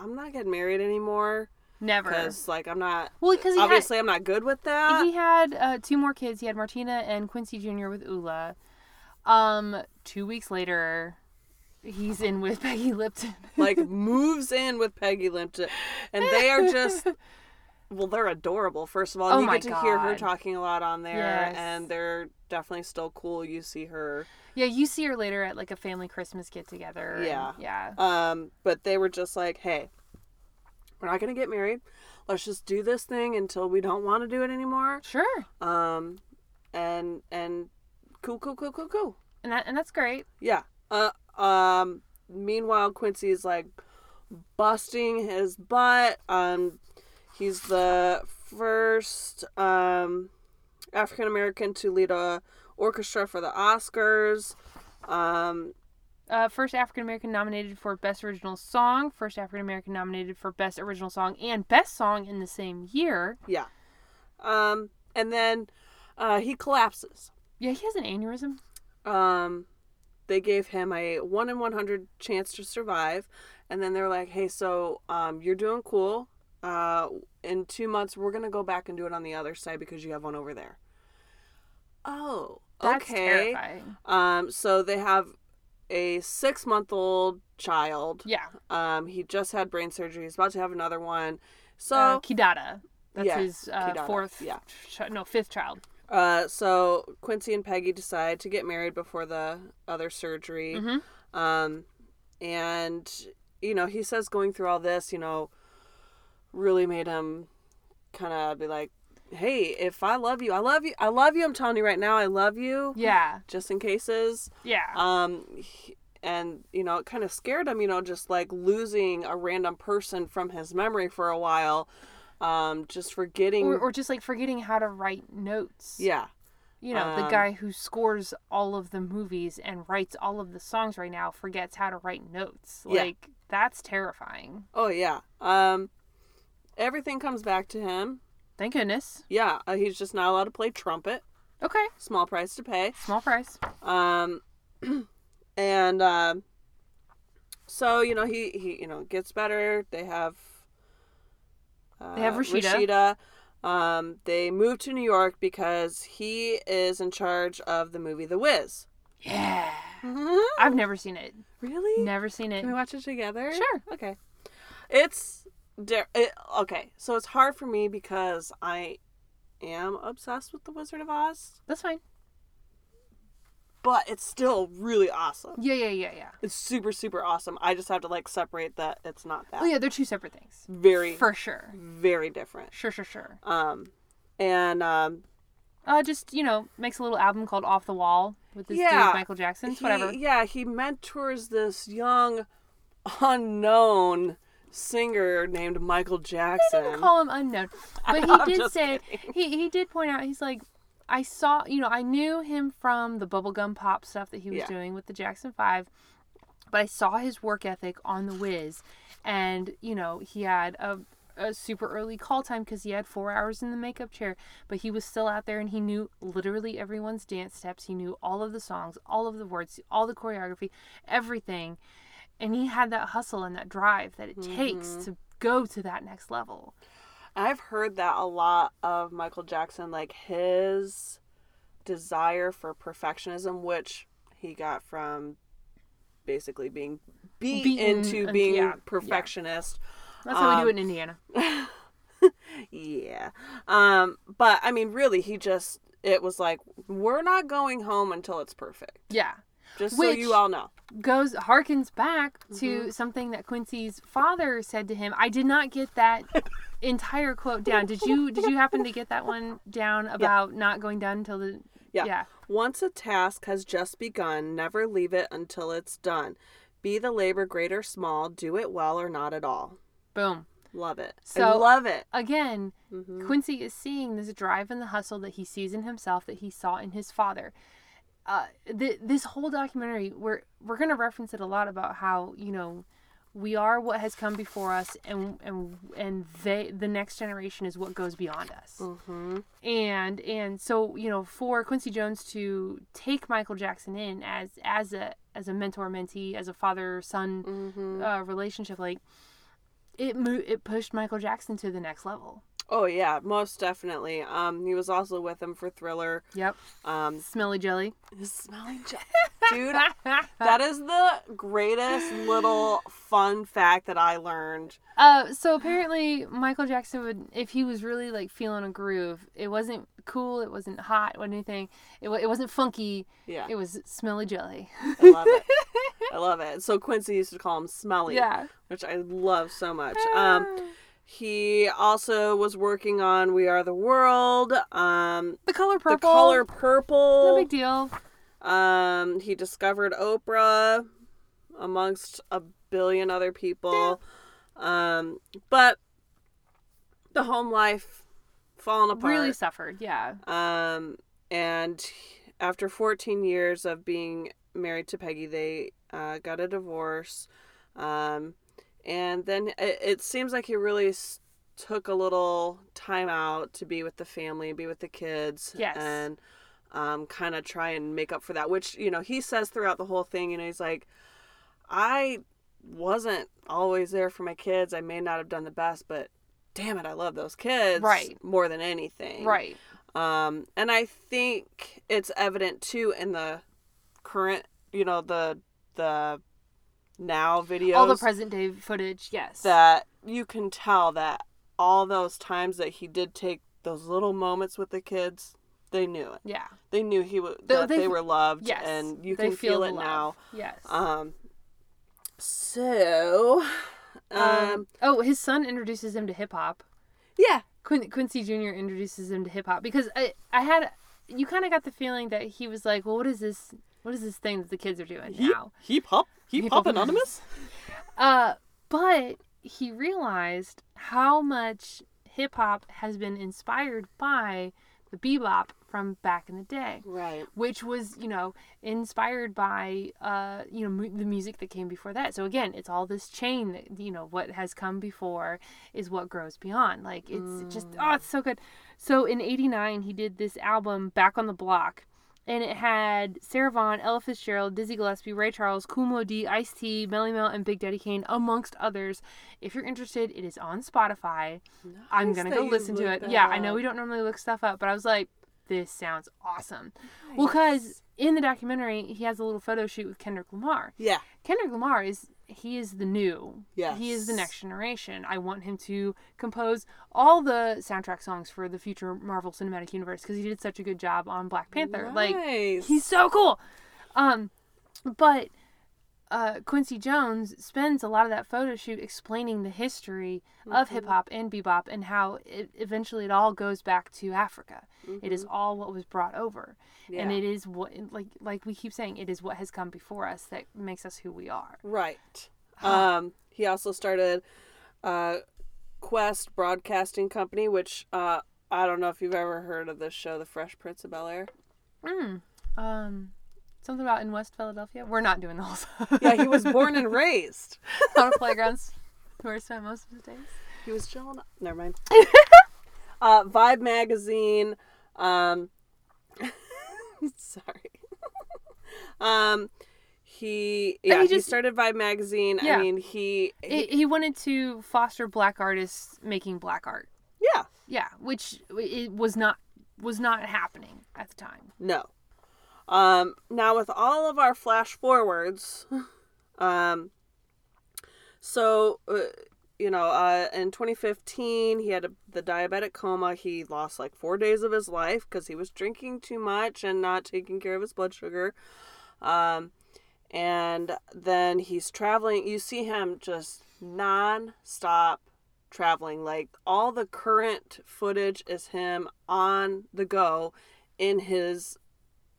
[SPEAKER 4] i'm not getting married anymore
[SPEAKER 3] Never.
[SPEAKER 4] because like i'm not
[SPEAKER 3] Well, because he had,
[SPEAKER 4] obviously i'm not good with that
[SPEAKER 3] he had uh, two more kids. He had Martina and Quincy Jr. with Ula. Um, two weeks later, he's in with (laughs) Peggy Lipton.
[SPEAKER 4] like moves in with peggy limpton and they are just well they're adorable first of all
[SPEAKER 3] Oh
[SPEAKER 4] you
[SPEAKER 3] my
[SPEAKER 4] get to hear her
[SPEAKER 3] God.
[SPEAKER 4] talking a lot on there
[SPEAKER 3] Yes.
[SPEAKER 4] and they're definitely still cool you see her
[SPEAKER 3] yeah, you see her later at like a family Christmas get together. and-
[SPEAKER 4] Yeah.
[SPEAKER 3] Yeah.
[SPEAKER 4] Um, but they were just like, hey, we're not going to get married. Let's just do this thing until we don't want to do it anymore.
[SPEAKER 3] Sure.
[SPEAKER 4] Um, and, and cool, cool, cool, cool, cool.
[SPEAKER 3] And that and that's great.
[SPEAKER 4] Yeah. Uh, um, meanwhile, Quincy's like busting his butt. Um, he's the first, um, African American to lead a orchestra for the Oscars. Um,
[SPEAKER 3] uh, first African American nominated for Best Original Song, first African American nominated for Best Original Song and Best Song in the same year.
[SPEAKER 4] Yeah. Um, and then uh, he collapses.
[SPEAKER 3] Yeah, he has an aneurysm.
[SPEAKER 4] Um, they gave him a 1 in 100 chance to survive. And then they're like, hey, so um, you're doing cool. Uh, in two months, we're going to go back and do it on the other side because you have one over there. Oh,
[SPEAKER 3] That's
[SPEAKER 4] okay.
[SPEAKER 3] terrifying.
[SPEAKER 4] Um, so they have a six month old child.
[SPEAKER 3] Yeah, uh,
[SPEAKER 4] Um, he just had brain surgery. He's about to have another one. So
[SPEAKER 3] uh, Kidada. That's
[SPEAKER 4] Yeah,
[SPEAKER 3] his uh,
[SPEAKER 4] Kidada,
[SPEAKER 3] fourth,
[SPEAKER 4] yeah.
[SPEAKER 3] chi- no, fifth child.
[SPEAKER 4] Uh, so Quincy and Peggy decide to get married before the other surgery.
[SPEAKER 3] Mhm.
[SPEAKER 4] Um, and you know, he says going through all this, you know, really made him kind of be like, "Hey, if I love you, I love you, I love you. I'm telling you right now, I love you."
[SPEAKER 3] Yeah,
[SPEAKER 4] Just in cases.
[SPEAKER 3] yeah.
[SPEAKER 4] (laughs) Um, he- and you know, it kind of scared him. You know, just like losing a random person from his memory for a while. Um, just forgetting.
[SPEAKER 3] or, or just like forgetting how to write notes.
[SPEAKER 4] yeah.
[SPEAKER 3] You know, the
[SPEAKER 4] um,
[SPEAKER 3] guy who scores all of the movies and writes all of the songs right now forgets how to write notes.
[SPEAKER 4] Yeah.
[SPEAKER 3] Like, that's terrifying.
[SPEAKER 4] Oh yeah. Um, everything comes back to him.
[SPEAKER 3] Thank goodness.
[SPEAKER 4] Yeah, uh, he's just not allowed to play trumpet.
[SPEAKER 3] Okay,
[SPEAKER 4] Small price to pay.
[SPEAKER 3] small price.
[SPEAKER 4] Um, (clears throat) and um, so you know he he you know gets better. They have. Uh,
[SPEAKER 3] They have
[SPEAKER 4] Rashida. Um, they move to New York because he is in charge of the movie The Wiz.
[SPEAKER 3] Yeah. I've never seen it.
[SPEAKER 4] (laughs) Really?
[SPEAKER 3] Never seen it.
[SPEAKER 4] Can we watch it together?
[SPEAKER 3] Sure.
[SPEAKER 4] Okay. It's there. It, okay, so it's hard for me because I am obsessed with the Wizard of Oz,
[SPEAKER 3] That's fine.
[SPEAKER 4] but it's still really awesome.
[SPEAKER 3] Yeah, yeah, yeah, yeah.
[SPEAKER 4] It's super super awesome. I just have to like separate that it's not that
[SPEAKER 3] Oh yeah, they're two separate things.
[SPEAKER 4] very
[SPEAKER 3] For sure.
[SPEAKER 4] very different.
[SPEAKER 3] Sure, sure, sure.
[SPEAKER 4] Um, and um,
[SPEAKER 3] Uh, just you know, makes a little album called Off the Wall with this
[SPEAKER 4] Yeah.
[SPEAKER 3] dude Michael Jackson. It's
[SPEAKER 4] he-
[SPEAKER 3] whatever.
[SPEAKER 4] yeah, he mentors this young unknown singer named Michael
[SPEAKER 3] I didn't
[SPEAKER 4] Jackson. (laughs)
[SPEAKER 3] call him unknown, but
[SPEAKER 4] I'm
[SPEAKER 3] he did
[SPEAKER 4] just
[SPEAKER 3] say he he did point out he's like I saw, you know, I knew him from the bubblegum pop stuff that he was
[SPEAKER 4] Yeah.
[SPEAKER 3] doing with the Jackson 5, but I saw his work ethic on The Wiz. And, you know, he had a, a super early call time because he had four hours in the makeup chair, but he was still out there and he knew literally everyone's dance steps. He knew all of the songs, all of the words, all the choreography, everything. And he had that hustle and that drive that it
[SPEAKER 4] Mm-hmm.
[SPEAKER 3] takes to go to that next level.
[SPEAKER 4] I've heard that a lot of Michael Jackson, like his desire for perfectionism, which he got from basically being beat
[SPEAKER 3] Beaten
[SPEAKER 4] into
[SPEAKER 3] and-
[SPEAKER 4] being
[SPEAKER 3] yeah, yeah.
[SPEAKER 4] perfectionist.
[SPEAKER 3] That's how we do it in Indiana.
[SPEAKER 4] Yeah. Um, but I mean, really, he just, it was like, we're not going home until it's perfect.
[SPEAKER 3] Yeah.
[SPEAKER 4] Just so
[SPEAKER 3] Which-
[SPEAKER 4] you all know.
[SPEAKER 3] goes harkens back to something that Quincy's father said to him. I did not get that (laughs) entire quote down. Did you did you happen to get that one down about not going down until the
[SPEAKER 4] Yeah.
[SPEAKER 3] Yeah.
[SPEAKER 4] Once a task has just begun, never leave it until it's done. Be the labor great or small, do it well or not at all.
[SPEAKER 3] boom.
[SPEAKER 4] Love it. I
[SPEAKER 3] So-
[SPEAKER 4] love it.
[SPEAKER 3] Again,
[SPEAKER 4] Mhm.
[SPEAKER 3] Quincy is seeing this drive and the hustle that he sees in himself that he saw in his father. Uh, th- this whole documentary, we're we're gonna reference it a lot about how you know we are what has come before us, and and and they the next generation is what goes beyond us. And and so you know for Quincy Jones to take Michael Jackson in as as a as a mentor mentee as a father son uh, relationship like it mo- it pushed Michael Jackson to the next level.
[SPEAKER 4] Oh yeah, most definitely. Um, he was also with him for Thriller.
[SPEAKER 3] Yep.
[SPEAKER 4] Um,
[SPEAKER 3] Smelly jelly.
[SPEAKER 4] (laughs) smelling
[SPEAKER 3] (laughs)
[SPEAKER 4] jet, dude. That is the greatest little fun fact that I learned.
[SPEAKER 3] Uh, so apparently Michael Jackson would, if he was really like feeling a groove, it wasn't cool, it wasn't hot or anything, it, wa- it wasn't funky,
[SPEAKER 4] Yeah,
[SPEAKER 3] it was smelly jelly.
[SPEAKER 4] I love
[SPEAKER 3] (laughs)
[SPEAKER 4] it. I love it. So Quincy used to call him Smelly,
[SPEAKER 3] yeah. Ah.
[SPEAKER 4] which I love so much. Um, he also was working on We Are the World. Um,
[SPEAKER 3] The color
[SPEAKER 4] the
[SPEAKER 3] purple.
[SPEAKER 4] color
[SPEAKER 3] No
[SPEAKER 4] purple.
[SPEAKER 3] big deal.
[SPEAKER 4] Um, he discovered Oprah amongst a billion other people. Um, but the home life falling apart.
[SPEAKER 3] Really suffered. Yeah.
[SPEAKER 4] Um, and he- after 14 years of being married to Peggy, they uh, got a divorce. Um, and then it, it seems like he really s- took a little time out to be with the family, be with the kids,
[SPEAKER 3] Yes.
[SPEAKER 4] and um, kind of try and make up for that. Which you know he says throughout the whole thing. You know he's like, I wasn't always there for my kids. I may not have done the best, but damn it, I love those kids
[SPEAKER 3] Right.
[SPEAKER 4] more than anything.
[SPEAKER 3] Right.
[SPEAKER 4] Um, and I think it's evident too in the current, you know, the the now videos
[SPEAKER 3] All the present day footage. Yes.
[SPEAKER 4] that you can tell that all those times that he did take those little moments with the kids, they knew it.
[SPEAKER 3] yeah.
[SPEAKER 4] They knew he was
[SPEAKER 3] They-
[SPEAKER 4] that they,
[SPEAKER 3] they-
[SPEAKER 4] were loved,
[SPEAKER 3] Yes.
[SPEAKER 4] and you
[SPEAKER 3] They
[SPEAKER 4] can feel,
[SPEAKER 3] the
[SPEAKER 4] it now.
[SPEAKER 3] love. Yes.
[SPEAKER 4] Um, so, um,
[SPEAKER 3] Um, oh, his son introduces him to hip hop.
[SPEAKER 4] yeah,
[SPEAKER 3] Quin- Quincy Jr. introduces him to hip hop because I I had you kind of got the feeling that he was like, well, what is this? What is this thing that the kids are doing now?
[SPEAKER 4] hip hop, hip
[SPEAKER 3] Hip-hop
[SPEAKER 4] hop anonymous.
[SPEAKER 3] Uh, but he realized how much hip hop has been inspired by the bebop from back in the day,
[SPEAKER 4] Right.
[SPEAKER 3] which was you know inspired by uh you know mu- the music that came before that. So again, it's all this chain that you know what has come before is what grows beyond. Like it's just
[SPEAKER 4] Mm.
[SPEAKER 3] oh, it's so good. So in '89, he did this album Back on the Block. And it had Sarah Vaughan, Ella Fitzgerald, Dizzy Gillespie, Ray Charles, Kumo D, Ice T, Melly Mel, and Big Daddy Kane, amongst others. If you're interested, it is on Spotify. I'm
[SPEAKER 4] Nice
[SPEAKER 3] gonna
[SPEAKER 4] that
[SPEAKER 3] go
[SPEAKER 4] you
[SPEAKER 3] listen to
[SPEAKER 4] looked
[SPEAKER 3] it.
[SPEAKER 4] that
[SPEAKER 3] Yeah, I know
[SPEAKER 4] up.
[SPEAKER 3] we don't normally look stuff up, but I was like, this sounds awesome. Well, because in the documentary, he has a little photo shoot with Kendrick Lamar.
[SPEAKER 4] Yeah.
[SPEAKER 3] Kendrick Lamar is he is the new. He is the
[SPEAKER 4] Yes.
[SPEAKER 3] next generation. I want him to compose all the soundtrack songs for the future Marvel Cinematic Universe because he did such a good job on Black Panther. Like
[SPEAKER 4] Nice.
[SPEAKER 3] he's so cool. Um but uh, Quincy Jones spends a lot of that photo shoot explaining the history of hip hop and bebop and how it, eventually it all goes back to Africa. It is all what was brought over, and
[SPEAKER 4] Yeah.
[SPEAKER 3] it is what like like we keep saying it is what has come before us that makes us who we are.
[SPEAKER 4] Right. Um, he also started uh, Quest Broadcasting Company, which uh, I don't know if you've ever heard of this show, The Fresh Prince of Bel Air.
[SPEAKER 3] Mm. Um, something about in West Philadelphia. We're not doing the whole (laughs) song.
[SPEAKER 4] Yeah, he was born and raised.
[SPEAKER 3] on playgrounds where I spent most of the days.
[SPEAKER 4] He was chilling.
[SPEAKER 3] (laughs)
[SPEAKER 4] Never mind. uh, Vibe magazine. Um, (laughs) sorry. (laughs) um, he yeah
[SPEAKER 3] he
[SPEAKER 4] he,
[SPEAKER 3] just-
[SPEAKER 4] started Vibe magazine.
[SPEAKER 3] Yeah.
[SPEAKER 4] I mean he, he-
[SPEAKER 3] He, he wanted to foster black artists making black art.
[SPEAKER 4] yeah
[SPEAKER 3] Yeah, which it was not was not happening at the time.
[SPEAKER 4] no. Um, now with all of our flash forwards, (laughs) um, so uh, you know uh, in 2015 he had a, the diabetic coma. He lost like four days of his life because he was drinking too much and not taking care of his blood sugar. Um, and then he's traveling. You see him just non-stop traveling. Like all the current footage is him on the go in his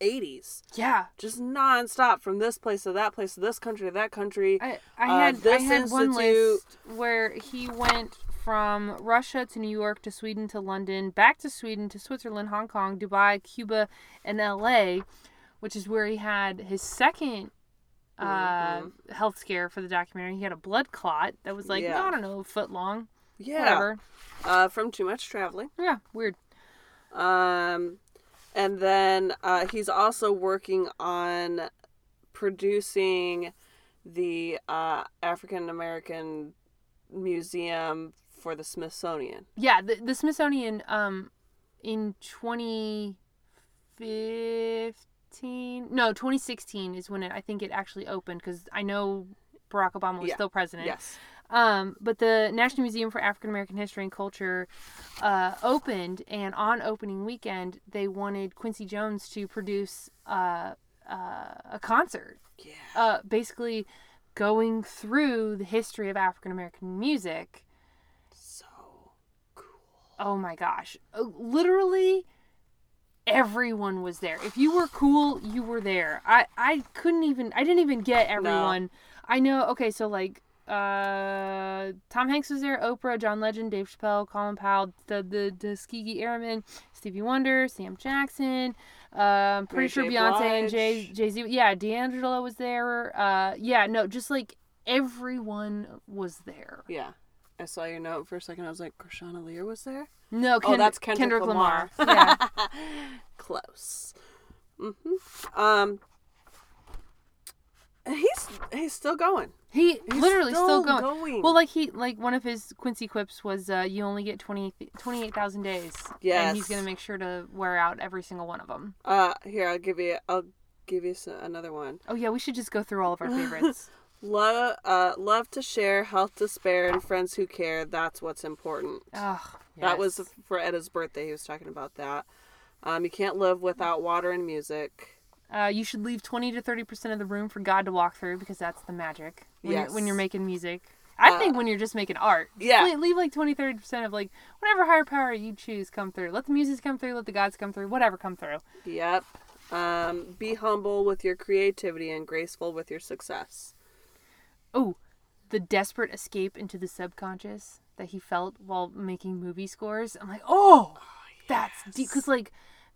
[SPEAKER 4] 80s,
[SPEAKER 3] Yeah,
[SPEAKER 4] just non-stop from this place to that place to this country to that country.
[SPEAKER 3] I, I
[SPEAKER 4] Uh,
[SPEAKER 3] had I
[SPEAKER 4] this
[SPEAKER 3] had one
[SPEAKER 4] institute-
[SPEAKER 3] list where he went from Russia to New York to Sweden to London, back to Sweden to Switzerland, Hong Kong, Dubai, Cuba, and L.A., which is where he had his second uh, health scare for the documentary. He had a blood clot that was like
[SPEAKER 4] Mm-hmm. Yeah.
[SPEAKER 3] I don't know, a foot long,
[SPEAKER 4] yeah,
[SPEAKER 3] whatever.
[SPEAKER 4] Uh, from too much traveling.
[SPEAKER 3] Yeah, weird.
[SPEAKER 4] Um, and then uh, he's also working on producing the uh, African American Museum for the Smithsonian.
[SPEAKER 3] Yeah, the, the Smithsonian um in 2015, no, 2016 is when it, I think it actually opened cuz I know Barack Obama was
[SPEAKER 4] Yeah.
[SPEAKER 3] still president.
[SPEAKER 4] Yes.
[SPEAKER 3] Um but the National Museum for African American History and Culture uh opened and on opening weekend they wanted Quincy Jones to produce uh, uh a concert
[SPEAKER 4] Yeah.
[SPEAKER 3] uh, basically going through the history of African American music.
[SPEAKER 4] So cool.
[SPEAKER 3] Oh my gosh. Uh, Literally everyone was there. If you were cool, you were there. I I couldn't even I didn't even get everyone. I know. Okay, so like uh Tom Hanks was there, Oprah, John Legend, Dave Chappelle, Colin Powell, the the Tuskegee Airmen, Stevie Wonder, Sam Jackson, um pretty
[SPEAKER 4] Mary
[SPEAKER 3] sure
[SPEAKER 4] J.
[SPEAKER 3] Beyonce and Jay
[SPEAKER 4] Blige.
[SPEAKER 3] Jay-Z. Yeah, D'Angelo was there. Uh yeah, no, just like everyone was there.
[SPEAKER 4] Yeah. I saw your note for a second. I was like, Krishana Lear was there?
[SPEAKER 3] No, Kend-
[SPEAKER 4] oh, that's Kendrick, Lamar.
[SPEAKER 3] yeah.
[SPEAKER 4] Close. hmm Um, and he's he's still going.
[SPEAKER 3] He
[SPEAKER 4] He's
[SPEAKER 3] literally still,
[SPEAKER 4] still
[SPEAKER 3] going.
[SPEAKER 4] going.
[SPEAKER 3] Well, like he like one of his Quincy quips was, uh, "You only get 20 28,000 days." And he's
[SPEAKER 4] Yes.
[SPEAKER 3] gonna make sure to wear out every single one of them.
[SPEAKER 4] Uh, here I'll give you I'll give you s another one.
[SPEAKER 3] Oh yeah, we should just go through all of our favorites.
[SPEAKER 4] Love uh love to share, health to spare, and friends who care. That's what's important.
[SPEAKER 3] (laughs) Ugh, yes.
[SPEAKER 4] That was for Edda's birthday. He was talking about that. Um, you can't live without water and music.
[SPEAKER 3] Uh, you should leave twenty to thirty percent of the room for God to walk through because that's the magic. When You're, when
[SPEAKER 4] Yes.
[SPEAKER 3] you're making music, I think when you're just making art, just
[SPEAKER 4] yeah.
[SPEAKER 3] le- leave like 20 30 percent of like whatever higher power you choose come through. Let the music come through. Let the gods come through. Whatever come through.
[SPEAKER 4] Yep. Um, be humble with your creativity and graceful with your success.
[SPEAKER 3] Oh, the desperate escape into the subconscious that he felt while making movie scores. I'm like, oh, that's deep. Because like,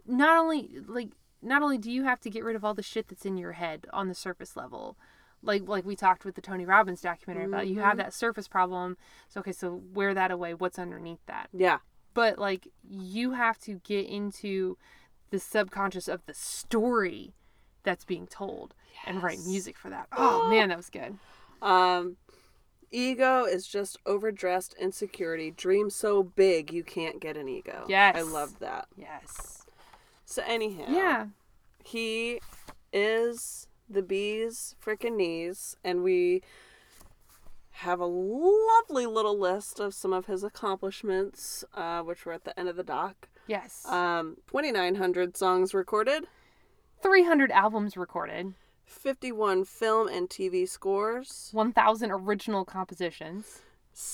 [SPEAKER 3] not only like not only do you have to get rid of all the shit that's in your head on the surface level. Like, like we talked with the Tony Robbins documentary about you have that surface problem. So okay, so wear that away. What's underneath that?
[SPEAKER 4] Yeah.
[SPEAKER 3] But like you have to get into the subconscious of the story that's being told and write music for that. Oh man, that was good.
[SPEAKER 4] Um, ego is just overdressed insecurity. Dream so big you can't get an ego.
[SPEAKER 3] Yes.
[SPEAKER 4] I love that.
[SPEAKER 3] Yes.
[SPEAKER 4] So anyhow,
[SPEAKER 3] Yeah.
[SPEAKER 4] he is the bee's freaking knees, and we have a lovely little list of some of his accomplishments, uh, which were at the end of the doc.
[SPEAKER 3] Yes.
[SPEAKER 4] Um, 2,900 songs recorded,
[SPEAKER 3] 300 albums recorded,
[SPEAKER 4] 51 film and TV scores,
[SPEAKER 3] 1,000 original compositions,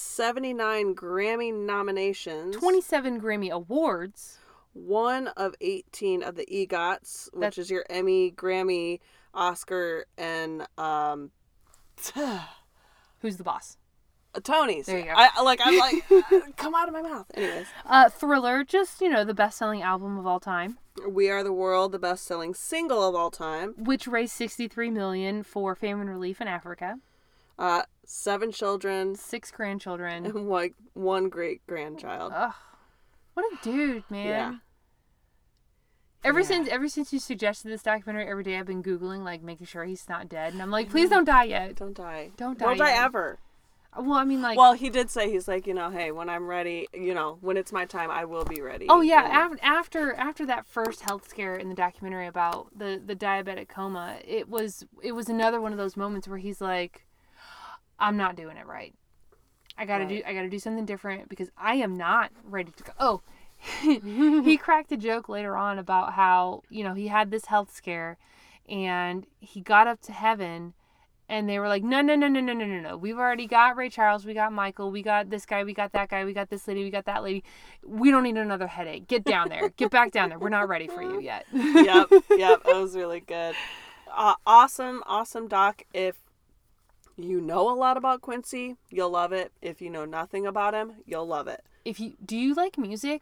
[SPEAKER 4] 79 Grammy nominations.
[SPEAKER 3] 27 Grammy Awards,
[SPEAKER 4] one of 18 of the E EGOTs, which
[SPEAKER 3] That's-
[SPEAKER 4] is your Emmy, Grammy, Oscar, and um, (sighs)
[SPEAKER 3] Who's the Boss?
[SPEAKER 4] Tony's.
[SPEAKER 3] There you go.
[SPEAKER 4] I I- like. I'm
[SPEAKER 3] (laughs)
[SPEAKER 4] like, (laughs) come out of my mouth. Anyways,
[SPEAKER 3] Uh, Thriller, just you know, the best-selling album of all time,
[SPEAKER 4] "We Are the World," the best-selling single of all time.
[SPEAKER 3] which raised 63 million for famine relief in Africa,
[SPEAKER 4] Uh, seven children
[SPEAKER 3] six grandchildren.
[SPEAKER 4] and like one great grandchild.
[SPEAKER 3] Ugh, what a dude, man.
[SPEAKER 4] Yeah.
[SPEAKER 3] Ever
[SPEAKER 4] Yeah.
[SPEAKER 3] since ever since you suggested this documentary, every day I've been googling like making sure he's not dead, and I'm
[SPEAKER 4] Mm-hmm.
[SPEAKER 3] like, please don't die yet.
[SPEAKER 4] Don't die.
[SPEAKER 3] Don't
[SPEAKER 4] Don't
[SPEAKER 3] die
[SPEAKER 4] die
[SPEAKER 3] yet.
[SPEAKER 4] ever.
[SPEAKER 3] Well, I mean, like,
[SPEAKER 4] well, he did say he's like, you know, hey, when I'm ready, you know, when it's my time, I will be ready.
[SPEAKER 3] oh yeah,
[SPEAKER 4] And-
[SPEAKER 3] af- after after that first health scare in the documentary about the the diabetic coma, it was it was another one of those moments where he's like, I'm not doing it right. I gotta do I gotta do something different because I am not ready to go. Oh, (laughs) he cracked a joke later on about how you know he had this health scare, and he got up to heaven, and they were like, no no no no no no no no. We've already got Ray Charles, we got Michael, we got this guy, we got that guy, we got this lady, we got that lady. We don't need another headache. Get down there. Get back down there. We're not ready for you
[SPEAKER 4] (laughs)
[SPEAKER 3] yet.
[SPEAKER 4] yep, yep. That was really good. Uh, awesome, awesome doc. If you know a lot about Quincy, you'll love it. If you know nothing about him, you'll love it.
[SPEAKER 3] if you do you like music,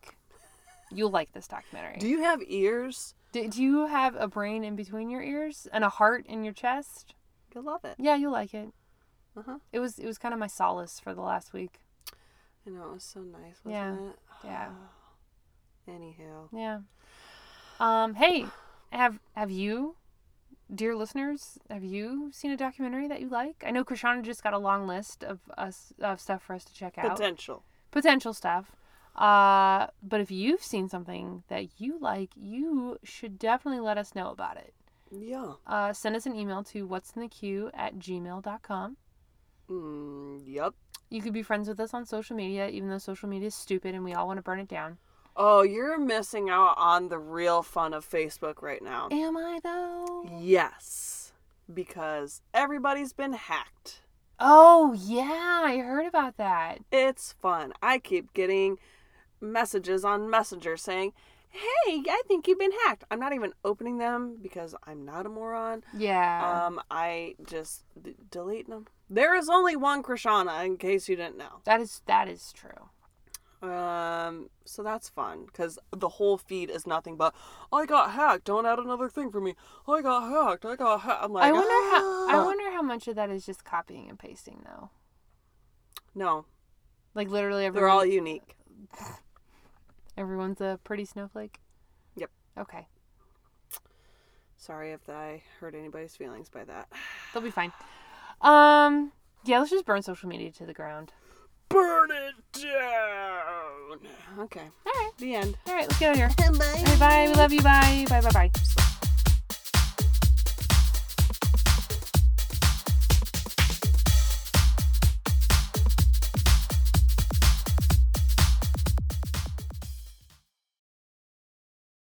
[SPEAKER 3] you'll like this documentary.
[SPEAKER 4] Do you have ears?
[SPEAKER 3] Do, do you have a brain in between your ears and a heart in your chest?
[SPEAKER 4] You'll love it.
[SPEAKER 3] Yeah, you'll like it.
[SPEAKER 4] Uh-huh.
[SPEAKER 3] It was it was kind of my solace for the last week.
[SPEAKER 4] I know it was so nice, wasn't
[SPEAKER 3] Yeah.
[SPEAKER 4] it?
[SPEAKER 3] Yeah.
[SPEAKER 4] (sighs) Anyhow,
[SPEAKER 3] Yeah. Um, hey, have have you, dear listeners, have you seen a documentary that you like? I know Krishana just got a long list of us of stuff for us to check out.
[SPEAKER 4] potential.
[SPEAKER 3] potential stuff. Uh, but if you've seen something that you like, you should definitely let us know about it.
[SPEAKER 4] Yeah.
[SPEAKER 3] Uh, send us an email to what's in the queue at gmail.com.
[SPEAKER 4] Mm, yep.
[SPEAKER 3] You could be friends with us on social media, even though social media is stupid and we all want to burn it down.
[SPEAKER 4] Oh, you're missing out on the real fun of Facebook right now.
[SPEAKER 3] Am I though?
[SPEAKER 4] Yes, because everybody's been hacked.
[SPEAKER 3] Oh, yeah, I heard about that.
[SPEAKER 4] It's fun. I keep getting messages on Messenger saying, "Hey, I think you've been hacked." I'm not even opening them because I'm not a moron.
[SPEAKER 3] Yeah.
[SPEAKER 4] Um, I just d- delete them. There is only one Krishana, in case you didn't know.
[SPEAKER 3] that is that is true.
[SPEAKER 4] Um, so that's fun because the whole feed is nothing but I got hacked. Don't add another thing for me. I got hacked. I got hacked. I'm like,
[SPEAKER 3] I wonder how I
[SPEAKER 4] "Ah."
[SPEAKER 3] wonder how much of that is just copying and pasting though.
[SPEAKER 4] No,
[SPEAKER 3] Like literally everyone
[SPEAKER 4] they're all unique.
[SPEAKER 3] everyone's a pretty snowflake.
[SPEAKER 4] Yep.
[SPEAKER 3] Okay.
[SPEAKER 4] Sorry if I hurt anybody's feelings by that.
[SPEAKER 3] They'll be fine. Um yeah, let's just burn social media to the ground.
[SPEAKER 4] Burn it down. Okay.
[SPEAKER 3] All right.
[SPEAKER 4] The end. (laughs)
[SPEAKER 3] All right, let's get out of here. All right, bye. We love you. Bye. Bye bye bye.